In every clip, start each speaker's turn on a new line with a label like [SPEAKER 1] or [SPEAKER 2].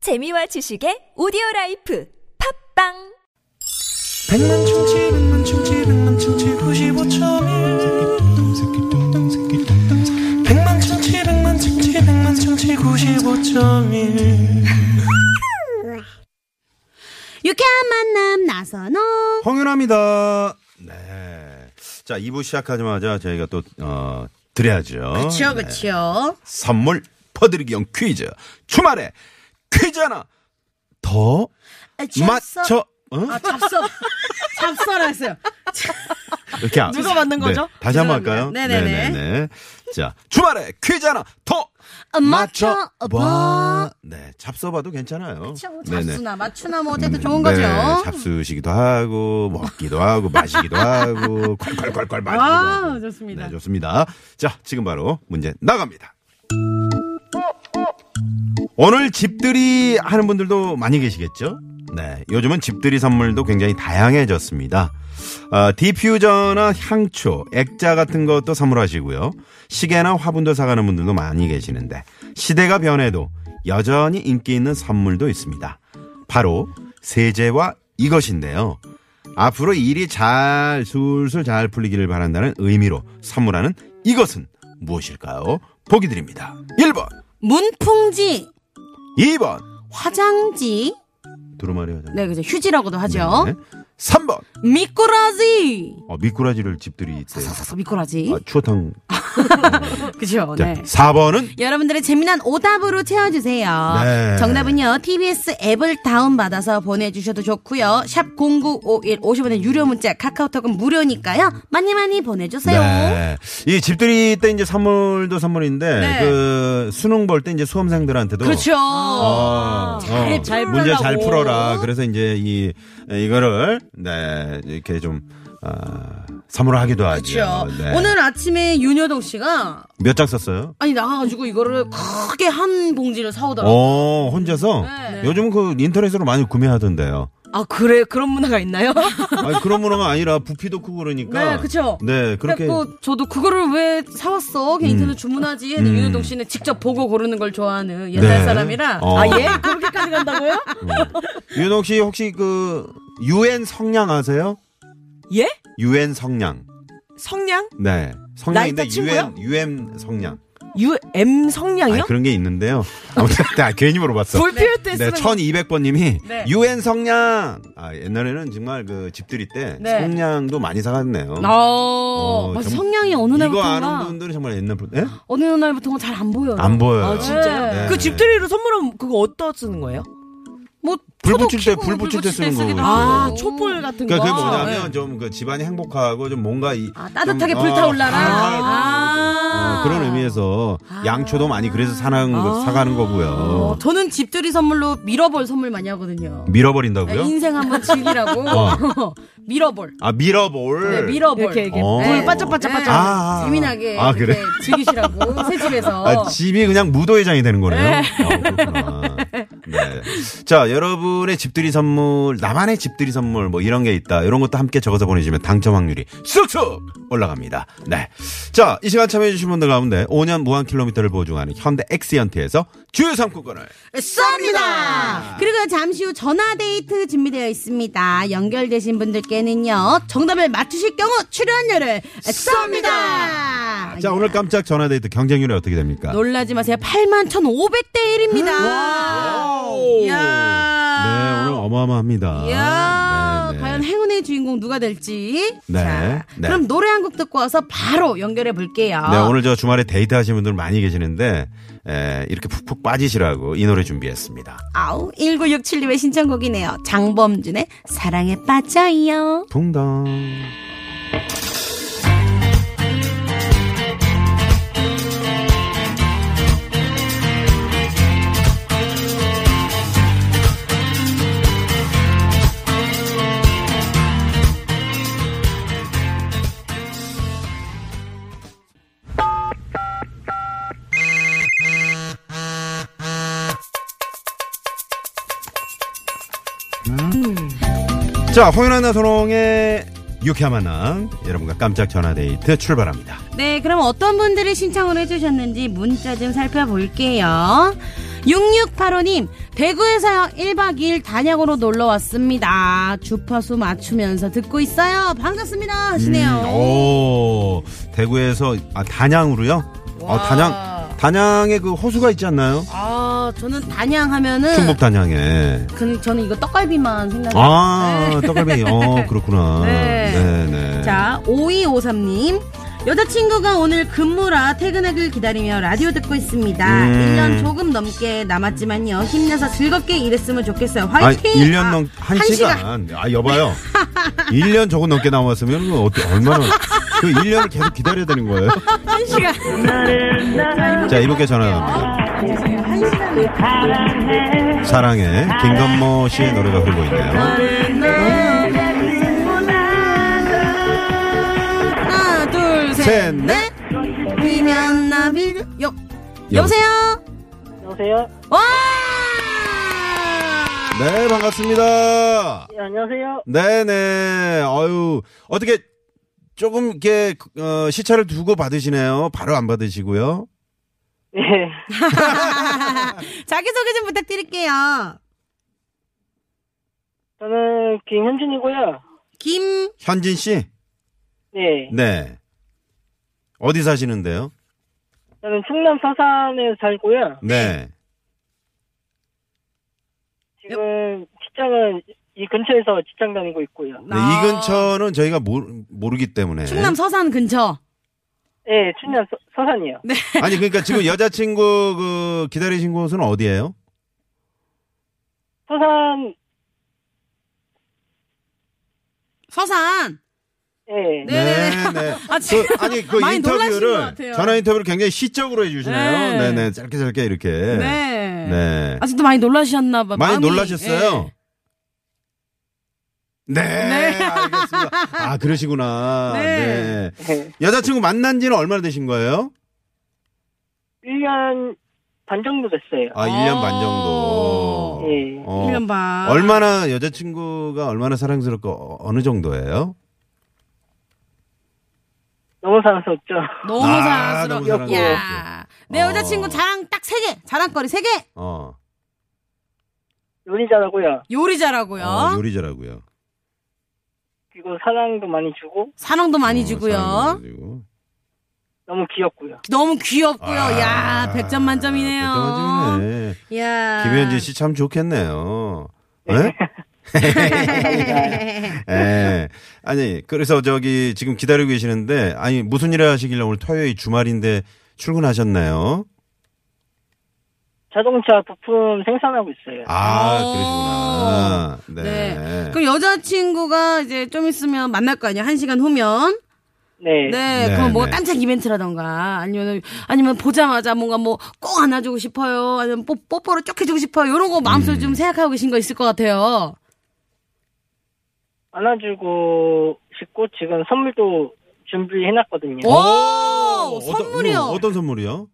[SPEAKER 1] 재미와 지식의 오디오 라이프 팝빵
[SPEAKER 2] 백만 충치 백만 충치 백만 충치 95.1 백만 충치 백만 충치 백만 충치 95.1
[SPEAKER 3] 유쾌한 만남 나선호.
[SPEAKER 4] 홍윤아입니다. 네. 자, 2부 시작하자마자 저희가 또, 어, 드려야죠.
[SPEAKER 3] 그쵸,
[SPEAKER 4] 네.
[SPEAKER 3] 그쵸.
[SPEAKER 4] 선물 퍼드리기용 퀴즈. 주말에 퀴즈 하나 더 맞춰. 어?
[SPEAKER 3] 아, 잡서. 잡서라 했어요.
[SPEAKER 4] 이렇게 아-
[SPEAKER 3] 누가 만든
[SPEAKER 4] 네,
[SPEAKER 3] 거죠?
[SPEAKER 4] 다시 한 번 할까요?
[SPEAKER 3] 죄송합니다. 네네네.
[SPEAKER 4] 네네네. 자, 주말에 퀴즈 하나 더
[SPEAKER 3] 어, 맞춰.
[SPEAKER 4] 맞춰봐. 네, 잡숴봐도 괜찮아요. 네네.
[SPEAKER 3] 잡수나 맞추나 뭐 어쨌든
[SPEAKER 4] 음,
[SPEAKER 3] 좋은
[SPEAKER 4] 네,
[SPEAKER 3] 거죠.
[SPEAKER 4] 잡수시기도 하고 먹기도 하고 마시기도 하고 콸콸콸콸 마시기도
[SPEAKER 3] 아,
[SPEAKER 4] 하고.
[SPEAKER 3] 좋습니다.
[SPEAKER 4] 네, 좋습니다. 자, 지금 바로 문제 나갑니다. 오늘 집들이 하는 분들도 많이 계시겠죠? 네, 요즘은 집들이 선물도 굉장히 다양해졌습니다. 아, 디퓨저나 향초, 액자 같은 것도 선물하시고요. 시계나 화분도 사가는 분들도 많이 계시는데 시대가 변해도 여전히 인기 있는 선물도 있습니다. 바로 세제와 이것인데요. 앞으로 일이 잘 술술 잘 풀리기를 바란다는 의미로 선물하는 이것은 무엇일까요? 보기 드립니다. 1번,
[SPEAKER 3] 문풍지,
[SPEAKER 4] 2번,
[SPEAKER 3] 화장지.
[SPEAKER 4] 두루마리 화장.
[SPEAKER 3] 네, 그죠. 휴지라고도 하죠.
[SPEAKER 4] 네. 3번,
[SPEAKER 3] 미꾸라지.
[SPEAKER 4] 어, 미꾸라지를 집들이 때
[SPEAKER 3] 사사사 미꾸라지.
[SPEAKER 4] 아, 추어탕.
[SPEAKER 3] 그죠.
[SPEAKER 4] 아, 자,
[SPEAKER 3] 네.
[SPEAKER 4] 4번은
[SPEAKER 3] 여러분들의 재미난 오답으로 채워주세요.
[SPEAKER 4] 네.
[SPEAKER 3] 정답은요. TBS 앱을 다운받아서 보내주셔도 좋고요. 샵 0951 50원의 유료 문자 카카오톡은 무료니까요. 많이 많이 보내주세요.
[SPEAKER 4] 네. 이 집들이 때 이제 선물도 선물인데
[SPEAKER 3] 네.
[SPEAKER 4] 그 수능 볼 때 이제 수험생들한테도
[SPEAKER 3] 그렇죠.
[SPEAKER 4] 어,
[SPEAKER 3] 잘
[SPEAKER 4] 어,
[SPEAKER 3] 풀라고.
[SPEAKER 4] 문제 잘 풀어라. 그래서 이제 이 이거를 네 이렇게 좀 어, 선물을 하기도 하죠.
[SPEAKER 3] 그렇죠.
[SPEAKER 4] 네.
[SPEAKER 3] 오늘 아침에 윤여동 씨가
[SPEAKER 4] 몇 장 썼어요?
[SPEAKER 3] 아니 나가가지고 이거를 크게 한 봉지를 사오더라고.
[SPEAKER 4] 어 혼자서
[SPEAKER 3] 네.
[SPEAKER 4] 요즘 그 인터넷으로 많이 구매하던데요.
[SPEAKER 3] 아 그래 그런 문화가 있나요?
[SPEAKER 4] 아니, 그런 문화가 아니라 부피도 크고 그러니까.
[SPEAKER 3] 네, 그쵸.
[SPEAKER 4] 네 그렇게
[SPEAKER 3] 그래갖고
[SPEAKER 4] 음.
[SPEAKER 3] 뭐 저도 그거를 왜 사왔어? 걔 인터넷 주문하지. 근데 윤여동 씨는 직접 보고 고르는 걸 좋아하는 옛날
[SPEAKER 4] 네.
[SPEAKER 3] 사람이라.
[SPEAKER 4] 어. 음.
[SPEAKER 3] 아 예? 그렇게까지 간다고요?
[SPEAKER 4] 윤옥 씨 혹시 그 유엔 성냥 아세요?
[SPEAKER 5] 예?
[SPEAKER 4] 유엔 성냥.
[SPEAKER 5] 성량?
[SPEAKER 4] 네. 성냥인데
[SPEAKER 5] 나이타 친구요?
[SPEAKER 4] 유엔 유엔 성냥.
[SPEAKER 5] UM
[SPEAKER 4] 아
[SPEAKER 5] 성량이요?
[SPEAKER 4] 그런 게 있는데요. 아무튼 나 괜히 물어봤어.
[SPEAKER 5] 불필요 때 쓰는
[SPEAKER 4] 네, 1200번님이
[SPEAKER 3] 네.
[SPEAKER 4] 유엔 성냥. 아, 옛날에는 정말 그 집들이 때
[SPEAKER 3] 네.
[SPEAKER 4] 성냥도 많이 사갔네요.
[SPEAKER 3] 어, 맞아.
[SPEAKER 4] 정-
[SPEAKER 3] 성량이 어느
[SPEAKER 4] 아, 이거
[SPEAKER 3] 날부터가
[SPEAKER 4] 아는 분들은 정말 옛날 분, 예?
[SPEAKER 3] 어느 날부터가 잘 안 보여요.
[SPEAKER 4] 안 보여요.
[SPEAKER 5] 아, 진짜요?
[SPEAKER 4] 네.
[SPEAKER 5] 그 집들이로 선물하면 그거 어디다 쓰는 거예요?
[SPEAKER 3] 뭐
[SPEAKER 4] 불
[SPEAKER 3] 포도
[SPEAKER 4] 붙일 때,
[SPEAKER 3] 키고
[SPEAKER 4] 불 붙일 때 쓰는
[SPEAKER 3] 쓰기도
[SPEAKER 4] 거거든요.
[SPEAKER 3] 하고.
[SPEAKER 5] 아, 촛불 같은 거.
[SPEAKER 4] 그러니까 그게 뭐냐면
[SPEAKER 5] 네.
[SPEAKER 4] 좀 그 집안이 행복하고 좀 뭔가 이
[SPEAKER 3] 아, 따뜻하게
[SPEAKER 4] 좀,
[SPEAKER 3] 불타올라라.
[SPEAKER 4] 어, 아,
[SPEAKER 3] 아.
[SPEAKER 4] 어, 그런 의미에서 양초도 많이 그래서 사는 거, 사가는 거고요.
[SPEAKER 3] 어, 저는 집들이 선물로 밀어볼 선물 많이 하거든요. 네,
[SPEAKER 4] 밀어버린다고요?
[SPEAKER 3] 아. 인생 한번 즐기라고
[SPEAKER 4] 어.
[SPEAKER 3] 밀어볼.
[SPEAKER 4] 아 밀어볼.
[SPEAKER 3] 네, 밀어볼.
[SPEAKER 5] 이렇게, 이렇게.
[SPEAKER 4] 어.
[SPEAKER 3] 네.
[SPEAKER 5] 불 반짝반짝
[SPEAKER 3] 네.
[SPEAKER 5] 반짝.
[SPEAKER 4] 아, 아.
[SPEAKER 3] 재미나게
[SPEAKER 4] 아, 그래?
[SPEAKER 3] 이렇게 즐기시라고 새 집에서.
[SPEAKER 4] 아, 집이 그냥 무도회장이 되는 거네요. 아, 그렇구나. 네. 자, 여러분의 집들이 선물, 나만의 집들이 선물, 뭐 이런 게 있다. 이런 것도 함께 적어서 보내주시면 당첨 확률이 쑥쑥 올라갑니다. 네. 자, 이 시간 참여해주신 분들 가운데 5년 무한 킬로미터를 보증하는 현대 엑시언트에서 주유 상품권을
[SPEAKER 3] 쏩니다. 그리고 잠시 후 전화 데이트 준비되어 있습니다. 연결되신 분들께는요 정답을 맞추실 경우 출연료를 쏩니다.
[SPEAKER 4] 자, 오늘 깜짝 전화데이트 경쟁률이 어떻게 됩니까?
[SPEAKER 3] 놀라지 마세요. 8만 1,500대 1입니다. 음.
[SPEAKER 4] 네, 오늘 어마어마합니다.
[SPEAKER 3] 이야,
[SPEAKER 4] 네, 네.
[SPEAKER 3] 과연 행운의 주인공 누가 될지.
[SPEAKER 4] 네,
[SPEAKER 3] 자,
[SPEAKER 4] 네.
[SPEAKER 3] 그럼 노래 한 곡 듣고 와서 바로 연결해 볼게요.
[SPEAKER 4] 네, 오늘 저 주말에 데이트 하시는 분들 많이 계시는데, 에, 이렇게 푹푹 빠지시라고 이 노래 준비했습니다.
[SPEAKER 3] 아우, 1967님의 신청곡이네요. 장범준의 사랑에 빠져요.
[SPEAKER 4] 둥당. 자, 홍윤아 나선홍의 유쾌한 만남. 여러분과 깜짝 전화 데이트 출발합니다.
[SPEAKER 3] 네, 그럼 어떤 분들이 신청을 해주셨는지 문자 좀 살펴볼게요. 6685님, 대구에서 1박 2일 단양으로 놀러 왔습니다. 주파수 맞추면서 듣고 있어요. 반갑습니다. 하시네요.
[SPEAKER 4] 음, 오, 대구에서 아, 단양으로요? 어,
[SPEAKER 3] 와.
[SPEAKER 4] 단양 단양에 그 호수가 있지 않나요?
[SPEAKER 3] 아, 저는 단양 하면은
[SPEAKER 4] 충북 단양에.
[SPEAKER 3] 근 저는 이거 떡갈비만 생각해요.
[SPEAKER 4] 아, 떡갈비. 어, 그렇구나.
[SPEAKER 3] 네.
[SPEAKER 4] 네, 네.
[SPEAKER 3] 자, 5253님. 여자친구가 오늘 근무라 퇴근하길 기다리며 라디오 듣고 있습니다.
[SPEAKER 4] 음.
[SPEAKER 3] 1년 조금 넘게 남았지만요. 힘내서 즐겁게 일했으면 좋겠어요.
[SPEAKER 4] 아,
[SPEAKER 3] 화이팅!
[SPEAKER 4] 1년
[SPEAKER 3] 아,
[SPEAKER 4] 넘, 한
[SPEAKER 3] 한
[SPEAKER 4] 시간. 아, 여봐요. 1년 조금 넘게 남았으면, 그 어때, 얼마나. 그 1년을 계속 기다려야 되는 거예요?
[SPEAKER 3] 한 시간.
[SPEAKER 4] 자, 이렇게 전화갑니다. 사랑해. 김건모 씨의 노래가 흐르고 있네요.
[SPEAKER 3] 하나, 둘, 셋,
[SPEAKER 4] 셋,
[SPEAKER 3] 넷. 비면 나비. 여,
[SPEAKER 4] 여보세요?
[SPEAKER 3] 여보세요?
[SPEAKER 6] 여보세요?
[SPEAKER 3] 와!
[SPEAKER 4] 네, 반갑습니다.
[SPEAKER 6] 예, 안녕하세요.
[SPEAKER 4] 네네. 아유, 어떻게 조금 이렇게 어, 시차를 두고 받으시네요. 바로 안 받으시고요.
[SPEAKER 6] 예.
[SPEAKER 3] 자기소개 좀 부탁드릴게요.
[SPEAKER 6] 저는 김현준이고요.
[SPEAKER 3] 김,
[SPEAKER 4] 현진 씨?
[SPEAKER 6] 네.
[SPEAKER 4] 네. 어디 사시는데요?
[SPEAKER 6] 저는 충남 서산에 살고요.
[SPEAKER 4] 네.
[SPEAKER 6] 지금 직장은 이 근처에서 직장 다니고 있고요.
[SPEAKER 4] 네, 이 근처는 저희가 모르, 모르기 때문에.
[SPEAKER 3] 아. 충남 서산 근처.
[SPEAKER 6] 네, 충남 서, 서산이요. 네.
[SPEAKER 4] 아니, 그러니까 지금 여자친구 그 기다리신 곳은 어디예요?
[SPEAKER 6] 서산,
[SPEAKER 3] 서산.
[SPEAKER 6] 예. 네.
[SPEAKER 4] 네, 네.
[SPEAKER 3] 아,
[SPEAKER 4] 그, 아니, 그
[SPEAKER 3] 많이 놀라신 것
[SPEAKER 4] 인터뷰를,
[SPEAKER 3] 같아요.
[SPEAKER 4] 전화 인터뷰를 굉장히 시적으로 해주시네요.
[SPEAKER 3] 네.
[SPEAKER 4] 네, 네. 짧게 짧게 이렇게.
[SPEAKER 3] 네.
[SPEAKER 4] 네.
[SPEAKER 3] 아직도 많이 놀라셨나 봐.
[SPEAKER 4] 많이
[SPEAKER 3] 마음이,
[SPEAKER 4] 놀라셨어요?
[SPEAKER 3] 예.
[SPEAKER 4] 네. 알겠습니다. 아, 그러시구나.
[SPEAKER 3] 네.
[SPEAKER 4] 네.
[SPEAKER 6] 예.
[SPEAKER 4] 여자친구 만난 지는 얼마나 되신 거예요?
[SPEAKER 6] 1년 반 정도 됐어요.
[SPEAKER 4] 아, 1년 반 정도.
[SPEAKER 6] 예.
[SPEAKER 4] 어,
[SPEAKER 3] 1년 반.
[SPEAKER 4] 얼마나 여자친구가 얼마나 사랑스럽고 어- 어느 정도예요?
[SPEAKER 6] 너무 사랑스럽죠.
[SPEAKER 3] 너무
[SPEAKER 4] 아, 너무
[SPEAKER 3] 사랑스러워.
[SPEAKER 4] 사랑스럽죠.
[SPEAKER 3] 야. 내
[SPEAKER 4] 어.
[SPEAKER 3] 여자친구 자랑 딱 세 개. 자랑거리 세 개.
[SPEAKER 4] 어.
[SPEAKER 6] 요리 잘하고요.
[SPEAKER 3] 요리 잘하고요.
[SPEAKER 4] 어, 요리자라고요.
[SPEAKER 6] 그리고 사랑도 많이 주고,
[SPEAKER 3] 사랑도 많이
[SPEAKER 4] 어,
[SPEAKER 3] 주고요.
[SPEAKER 6] 너무 귀엽고요.
[SPEAKER 3] 너무 귀엽고요. 야, 100점 만점이네요.
[SPEAKER 4] 100점 아, 만점이네.
[SPEAKER 3] 야.
[SPEAKER 4] 김현진 씨 참 좋겠네요. 네?
[SPEAKER 3] 네.
[SPEAKER 4] 예. 아니, 그래서 저기 지금 기다리고 계시는데, 아니, 무슨 일을 하시길래 오늘 토요일 주말인데 출근하셨나요?
[SPEAKER 6] 자동차 부품 생산하고 있어요.
[SPEAKER 4] 아,
[SPEAKER 3] 오.
[SPEAKER 4] 그러시구나. 네.
[SPEAKER 3] 네. 그럼 여자친구가 이제 좀 있으면 만날 거 아니야? 한 시간 후면.
[SPEAKER 6] 네.
[SPEAKER 3] 네.
[SPEAKER 4] 네,
[SPEAKER 3] 그럼 뭐
[SPEAKER 4] 네.
[SPEAKER 3] 깜짝 이벤트라던가 아니면 아니면 보자마자 뭔가 뭐 꼭 안아주고 싶어요. 아니면 뽀, 뽀뽀로 쭉 해주고 싶어요. 이런 거 마음속에 좀 생각하고 계신 거 있을 것 같아요.
[SPEAKER 6] 안아주고 싶고, 지금 선물도 준비해놨거든요.
[SPEAKER 3] 오!
[SPEAKER 4] 어, 어떤-
[SPEAKER 3] 선물이요.
[SPEAKER 4] 어, 어떤 선물이요?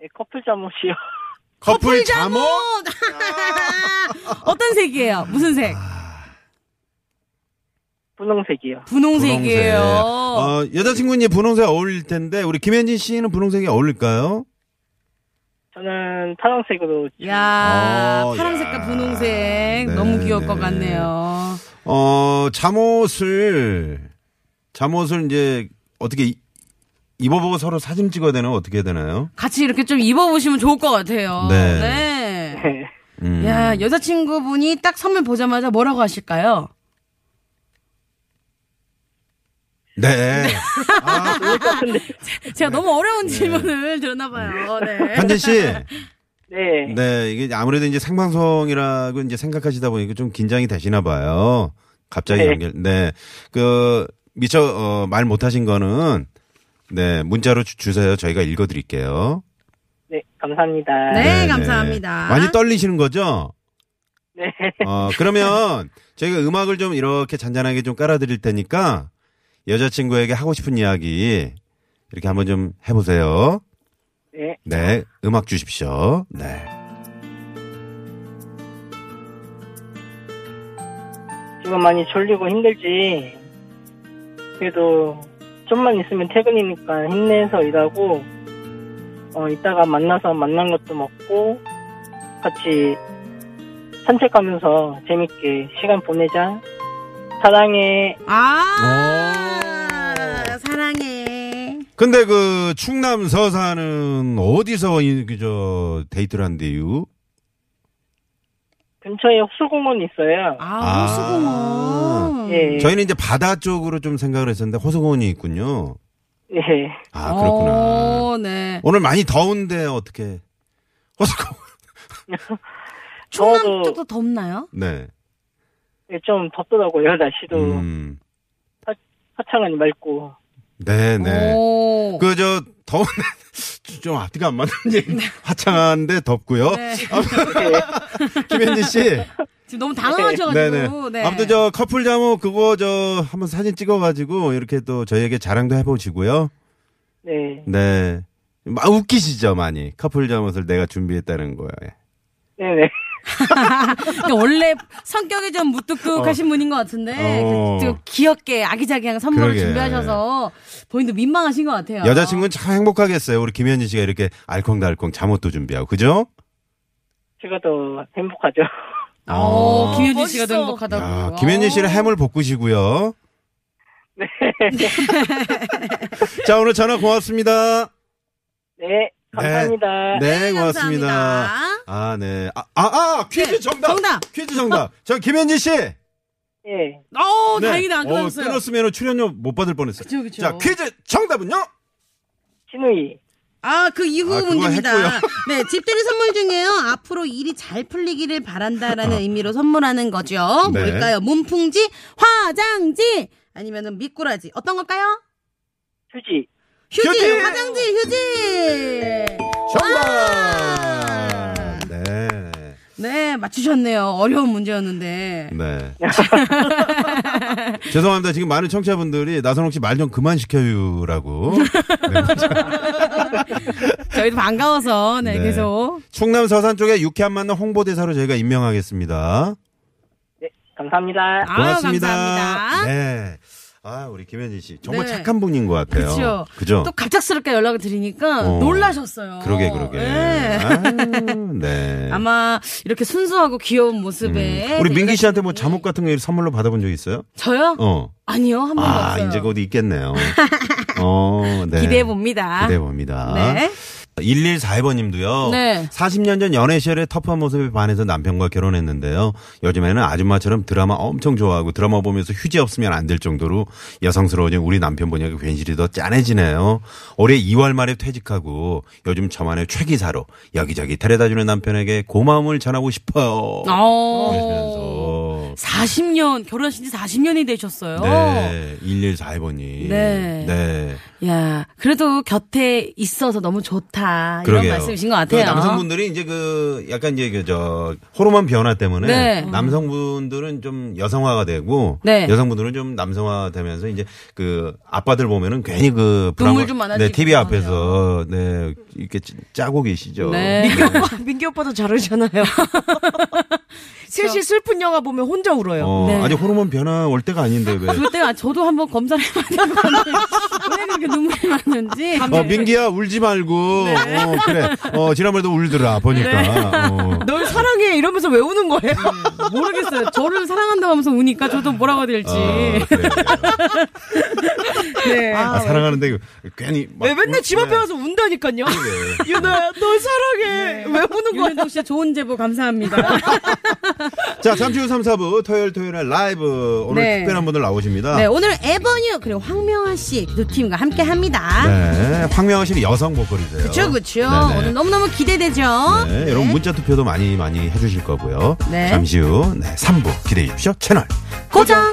[SPEAKER 6] 네, 커플 잠옷이요.
[SPEAKER 4] 커플 잠옷?
[SPEAKER 3] 어떤 색이에요? 무슨 색?
[SPEAKER 4] 아,
[SPEAKER 6] 분홍색이요.
[SPEAKER 3] 분홍색이에요.
[SPEAKER 4] 어, 여자친구는 이제 분홍색 어울릴 텐데, 우리 김현진 씨는 분홍색이 어울릴까요?
[SPEAKER 6] 저는 파란색으로
[SPEAKER 3] 야,
[SPEAKER 4] 어,
[SPEAKER 3] 파란색과
[SPEAKER 4] 야.
[SPEAKER 3] 분홍색
[SPEAKER 4] 네,
[SPEAKER 3] 너무 귀여울
[SPEAKER 4] 네.
[SPEAKER 3] 것 같네요.
[SPEAKER 4] 어, 잠옷을, 잠옷을 이제 어떻게 이- 입어보고 서로 사진 찍어야 되나요? 어떻게 해야 되나요?
[SPEAKER 3] 같이 이렇게 좀 입어보시면 좋을 것 같아요.
[SPEAKER 4] 네.
[SPEAKER 3] 네.
[SPEAKER 6] 네.
[SPEAKER 4] 음.
[SPEAKER 3] 야, 여자친구분이 딱 선물 보자마자 뭐라고 하실까요?
[SPEAKER 4] 네.
[SPEAKER 5] 네.
[SPEAKER 3] 제가 너무 어려운 질문을 드렸나봐요. 네.
[SPEAKER 4] 현진 씨.
[SPEAKER 6] 네.
[SPEAKER 4] 네, 이게 아무래도 이제 생방송이라고 이제 생각하시다 보니까 좀 긴장이 되시나 봐요. 갑자기
[SPEAKER 6] 네.
[SPEAKER 4] 연결. 네. 그, 미처, 어, 말 못하신 거는, 네, 문자로 주- 주세요. 저희가 읽어드릴게요.
[SPEAKER 6] 네, 감사합니다.
[SPEAKER 3] 네. 감사합니다.
[SPEAKER 4] 많이 떨리시는 거죠?
[SPEAKER 6] 네.
[SPEAKER 4] 어, 그러면 저희가 음악을 좀 이렇게 잔잔하게 좀 깔아드릴 테니까 여자친구에게 하고 싶은 이야기 이렇게 한번 좀 해보세요.
[SPEAKER 6] 네.
[SPEAKER 4] 네, 음악 주십시오. 네.
[SPEAKER 6] 지금 많이 졸리고 힘들지. 그래도 좀만 있으면 퇴근이니까 힘내서 일하고 어 이따가 만나서 만난 것도 먹고 같이 산책하면서 재밌게 시간 보내자. 사랑해.
[SPEAKER 3] 아 사랑해.
[SPEAKER 4] 근데 그 충남 서산은 어디서 이- 그저 데이트를 한대요?
[SPEAKER 6] 근처에 호수공원 있어요.
[SPEAKER 4] 아.
[SPEAKER 3] 아 호수공원.
[SPEAKER 6] 예.
[SPEAKER 4] 저희는 이제 바다 쪽으로 좀 생각을 했었는데 호수공원이 있군요.
[SPEAKER 6] 예.
[SPEAKER 4] 아 그렇구나.
[SPEAKER 3] 오, 네.
[SPEAKER 4] 오늘 많이 더운데 어떻게 호수공원?
[SPEAKER 3] 충남
[SPEAKER 6] 저도-
[SPEAKER 3] 쪽도 덥나요?
[SPEAKER 4] 네.
[SPEAKER 6] 예, 좀 덥더라고요. 날씨도
[SPEAKER 4] 음.
[SPEAKER 6] 화창하니 맑고.
[SPEAKER 3] 어.
[SPEAKER 4] 네네.
[SPEAKER 3] 오.
[SPEAKER 4] 그 저 더운 좀 앞뒤가 안 맞는 얘기. 화창한데 덥고요.
[SPEAKER 3] 네.
[SPEAKER 4] 김현지 씨.
[SPEAKER 3] 지금 너무 당황하셔가지고. 네.
[SPEAKER 4] 아무튼 저 커플 잠옷 그거 저 한번 사진 찍어가지고 이렇게 또 저희에게 자랑도 해보시고요.
[SPEAKER 6] 네.
[SPEAKER 4] 네. 막 웃기시죠 많이 커플 잠옷을 내가 준비했다는 거예요.
[SPEAKER 6] 네네.
[SPEAKER 3] 근데 원래 성격이 좀 무뚝뚝하신 분인 것 같은데
[SPEAKER 4] 어.
[SPEAKER 3] 그- 그 귀엽게 아기자기한 선물을
[SPEAKER 4] 그러게.
[SPEAKER 3] 준비하셔서 본인도 민망하신 것 같아요.
[SPEAKER 4] 여자친구는 참 행복하겠어요. 우리 김현지 씨가 이렇게 알콩달콩 잠옷도 준비하고 그죠?
[SPEAKER 6] 제가 더 행복하죠.
[SPEAKER 3] 어, 김현진 씨가 더
[SPEAKER 5] 멋있어.
[SPEAKER 3] 행복하다고.
[SPEAKER 4] 야, 김현지 씨는 해물 볶으시고요. 자 오늘 전화 고맙습니다.
[SPEAKER 6] 네. 감사합니다.
[SPEAKER 4] 네,
[SPEAKER 3] 네,
[SPEAKER 4] 고맙습니다.
[SPEAKER 3] 감사합니다.
[SPEAKER 4] 아, 네. 아, 아, 아, 퀴즈 정답.
[SPEAKER 3] 정답.
[SPEAKER 4] 퀴즈 정답. 저 김현지 씨.
[SPEAKER 6] 예.
[SPEAKER 3] 어,
[SPEAKER 4] 네.
[SPEAKER 3] 다행이다 안
[SPEAKER 4] 어,
[SPEAKER 3] 끊었어요.
[SPEAKER 4] 끊었으면 출연료 못 받을 뻔했어요.
[SPEAKER 3] 그쵸, 그쵸.
[SPEAKER 4] 자, 퀴즈 정답은요?
[SPEAKER 6] 신우이.
[SPEAKER 3] 아 그 이후
[SPEAKER 4] 아, 그거
[SPEAKER 3] 문제입니다.
[SPEAKER 4] 했고요.
[SPEAKER 3] 네, 집들이 선물 중에요. 앞으로 일이 잘 풀리기를 바란다라는 의미로 선물하는 거죠.
[SPEAKER 4] 네.
[SPEAKER 3] 뭘까요? 문풍지, 화장지, 아니면은 미꾸라지 어떤 걸까요?
[SPEAKER 6] 휴지.
[SPEAKER 3] 휴지,
[SPEAKER 4] 휴지!
[SPEAKER 3] 화장지, 휴지.
[SPEAKER 4] 정답.
[SPEAKER 3] 와!
[SPEAKER 4] 네.
[SPEAKER 3] 네, 맞추셨네요. 어려운 문제였는데.
[SPEAKER 4] 네. 죄송합니다. 지금 많은 청취자분들이 나선홍 씨 말 좀 그만 시켜요라고. 네,
[SPEAKER 3] 저희도 반가워서 네,
[SPEAKER 4] 네.
[SPEAKER 3] 계속.
[SPEAKER 4] 충남 서산 쪽에 유쾌한 만남 홍보대사로 저희가 임명하겠습니다.
[SPEAKER 6] 감사합니다.
[SPEAKER 3] 아유,
[SPEAKER 4] 고맙습니다.
[SPEAKER 3] 감사합니다.
[SPEAKER 4] 네. 아, 우리 김현지 씨 정말
[SPEAKER 3] 네.
[SPEAKER 4] 착한 분인 것 같아요.
[SPEAKER 3] 그쵸.
[SPEAKER 4] 그죠?
[SPEAKER 3] 또 갑작스럽게 연락을 드리니까
[SPEAKER 4] 어.
[SPEAKER 3] 놀라셨어요.
[SPEAKER 4] 그러게 그러게.
[SPEAKER 3] 네.
[SPEAKER 4] 아유, 네.
[SPEAKER 3] 아마 이렇게 순수하고 귀여운 모습에
[SPEAKER 4] 우리
[SPEAKER 3] 네,
[SPEAKER 4] 민기 씨한테 뭐
[SPEAKER 3] 여자친구분이-
[SPEAKER 4] 잠옷 같은 거 선물로 받아본 적 있어요?
[SPEAKER 3] 저요?
[SPEAKER 4] 어.
[SPEAKER 3] 아니요 한 번도
[SPEAKER 4] 아,
[SPEAKER 3] 없어요.
[SPEAKER 4] 이제 곧 있겠네요. 어, 네.
[SPEAKER 3] 기대해 봅니다.
[SPEAKER 4] 기대해 봅니다.
[SPEAKER 3] 네.
[SPEAKER 4] 1141번 님도요.
[SPEAKER 3] 네.
[SPEAKER 4] 40년 전 연애 시절의 터프한 모습에 반해서 남편과 결혼했는데요. 요즘에는 아줌마처럼 드라마 엄청 좋아하고 드라마 보면서 휴지 없으면 안 될 정도로 여성스러워진 우리 남편 보니까 괜시리 더 짠해지네요. 올해 2월 말에 퇴직하고 요즘 저만의 최기사로 여기저기 데려다주는 남편에게 고마움을 전하고 싶어요.
[SPEAKER 3] 아. 어.
[SPEAKER 4] 그러시면서
[SPEAKER 3] 40년 결혼하신 지 40년이 되셨어요.
[SPEAKER 4] 네, 1141번님.
[SPEAKER 3] 네. 야, 그래도 곁에 있어서 너무 좋다.
[SPEAKER 4] 그러게요.
[SPEAKER 3] 이런 말씀이신 것 같아요.
[SPEAKER 4] 그 남성분들이 이제 그 약간 이제 그 저 호르몬 변화 때문에
[SPEAKER 3] 네.
[SPEAKER 4] 남성분들은 좀 여성화가 되고
[SPEAKER 3] 네.
[SPEAKER 4] 여성분들은 좀 남성화 되면서 이제 그 아빠들 보면은 괜히 그
[SPEAKER 3] 눈물
[SPEAKER 4] 브라마-
[SPEAKER 3] 좀 많아지고
[SPEAKER 4] 네, TV 앞에서 네, 이렇게 찌- 짜고 계시죠.
[SPEAKER 3] 네.
[SPEAKER 5] 민규 오빠, 민규 오빠도 잘하잖아요. 실시 슬픈 영화 보면 혼자 울어요.
[SPEAKER 4] 어,
[SPEAKER 3] 네.
[SPEAKER 4] 아직 호르몬 변화 올 때가 아닌데 왜?
[SPEAKER 3] 그때가 저도 한번 검사를 해봐야 될 건데 왜 그렇게 눈물이 많은지
[SPEAKER 4] 어, 민기야 울지 말고
[SPEAKER 3] 네.
[SPEAKER 4] 어, 그래. 어, 지난번에도 울더라 보니까. 어.
[SPEAKER 5] 널 사랑해 이러면서 왜 우는 거예요?
[SPEAKER 3] 네, 모르겠어요. 저를 사랑한다고 하면서 우니까 저도 뭐라고 해야 될지.
[SPEAKER 4] 어, 그래요.
[SPEAKER 3] 네.
[SPEAKER 4] 아, 사랑하는데 괜히 막
[SPEAKER 5] 왜 맨날
[SPEAKER 4] 울-
[SPEAKER 5] 집 앞에
[SPEAKER 4] 네.
[SPEAKER 5] 와서 운다니까요. 유나야, 네, 널 사랑해. 왜 우는 거야?
[SPEAKER 3] 윤현동 씨 좋은 제보 감사합니다.
[SPEAKER 4] 자, 잠시 후 3, 4부 토요일 토요일에 라이브 오늘
[SPEAKER 3] 네.
[SPEAKER 4] 특별한 분들 나오십니다.
[SPEAKER 3] 네,
[SPEAKER 4] 네.
[SPEAKER 3] 오늘 에버뉴 그리고 황명아 씨두 팀과 함께 합니다.
[SPEAKER 4] 네. 황명아 씨는 여성 보컬이세요.
[SPEAKER 3] 그쵸, 그쵸.
[SPEAKER 4] 네네.
[SPEAKER 3] 오늘 너무너무 기대되죠?
[SPEAKER 4] 네, 여러분 문자 투표도 많이 많이 해주실 거고요.
[SPEAKER 3] 네.
[SPEAKER 4] 잠시 후 네, 3부 기대해 주십시오. 채널.
[SPEAKER 3] 고정!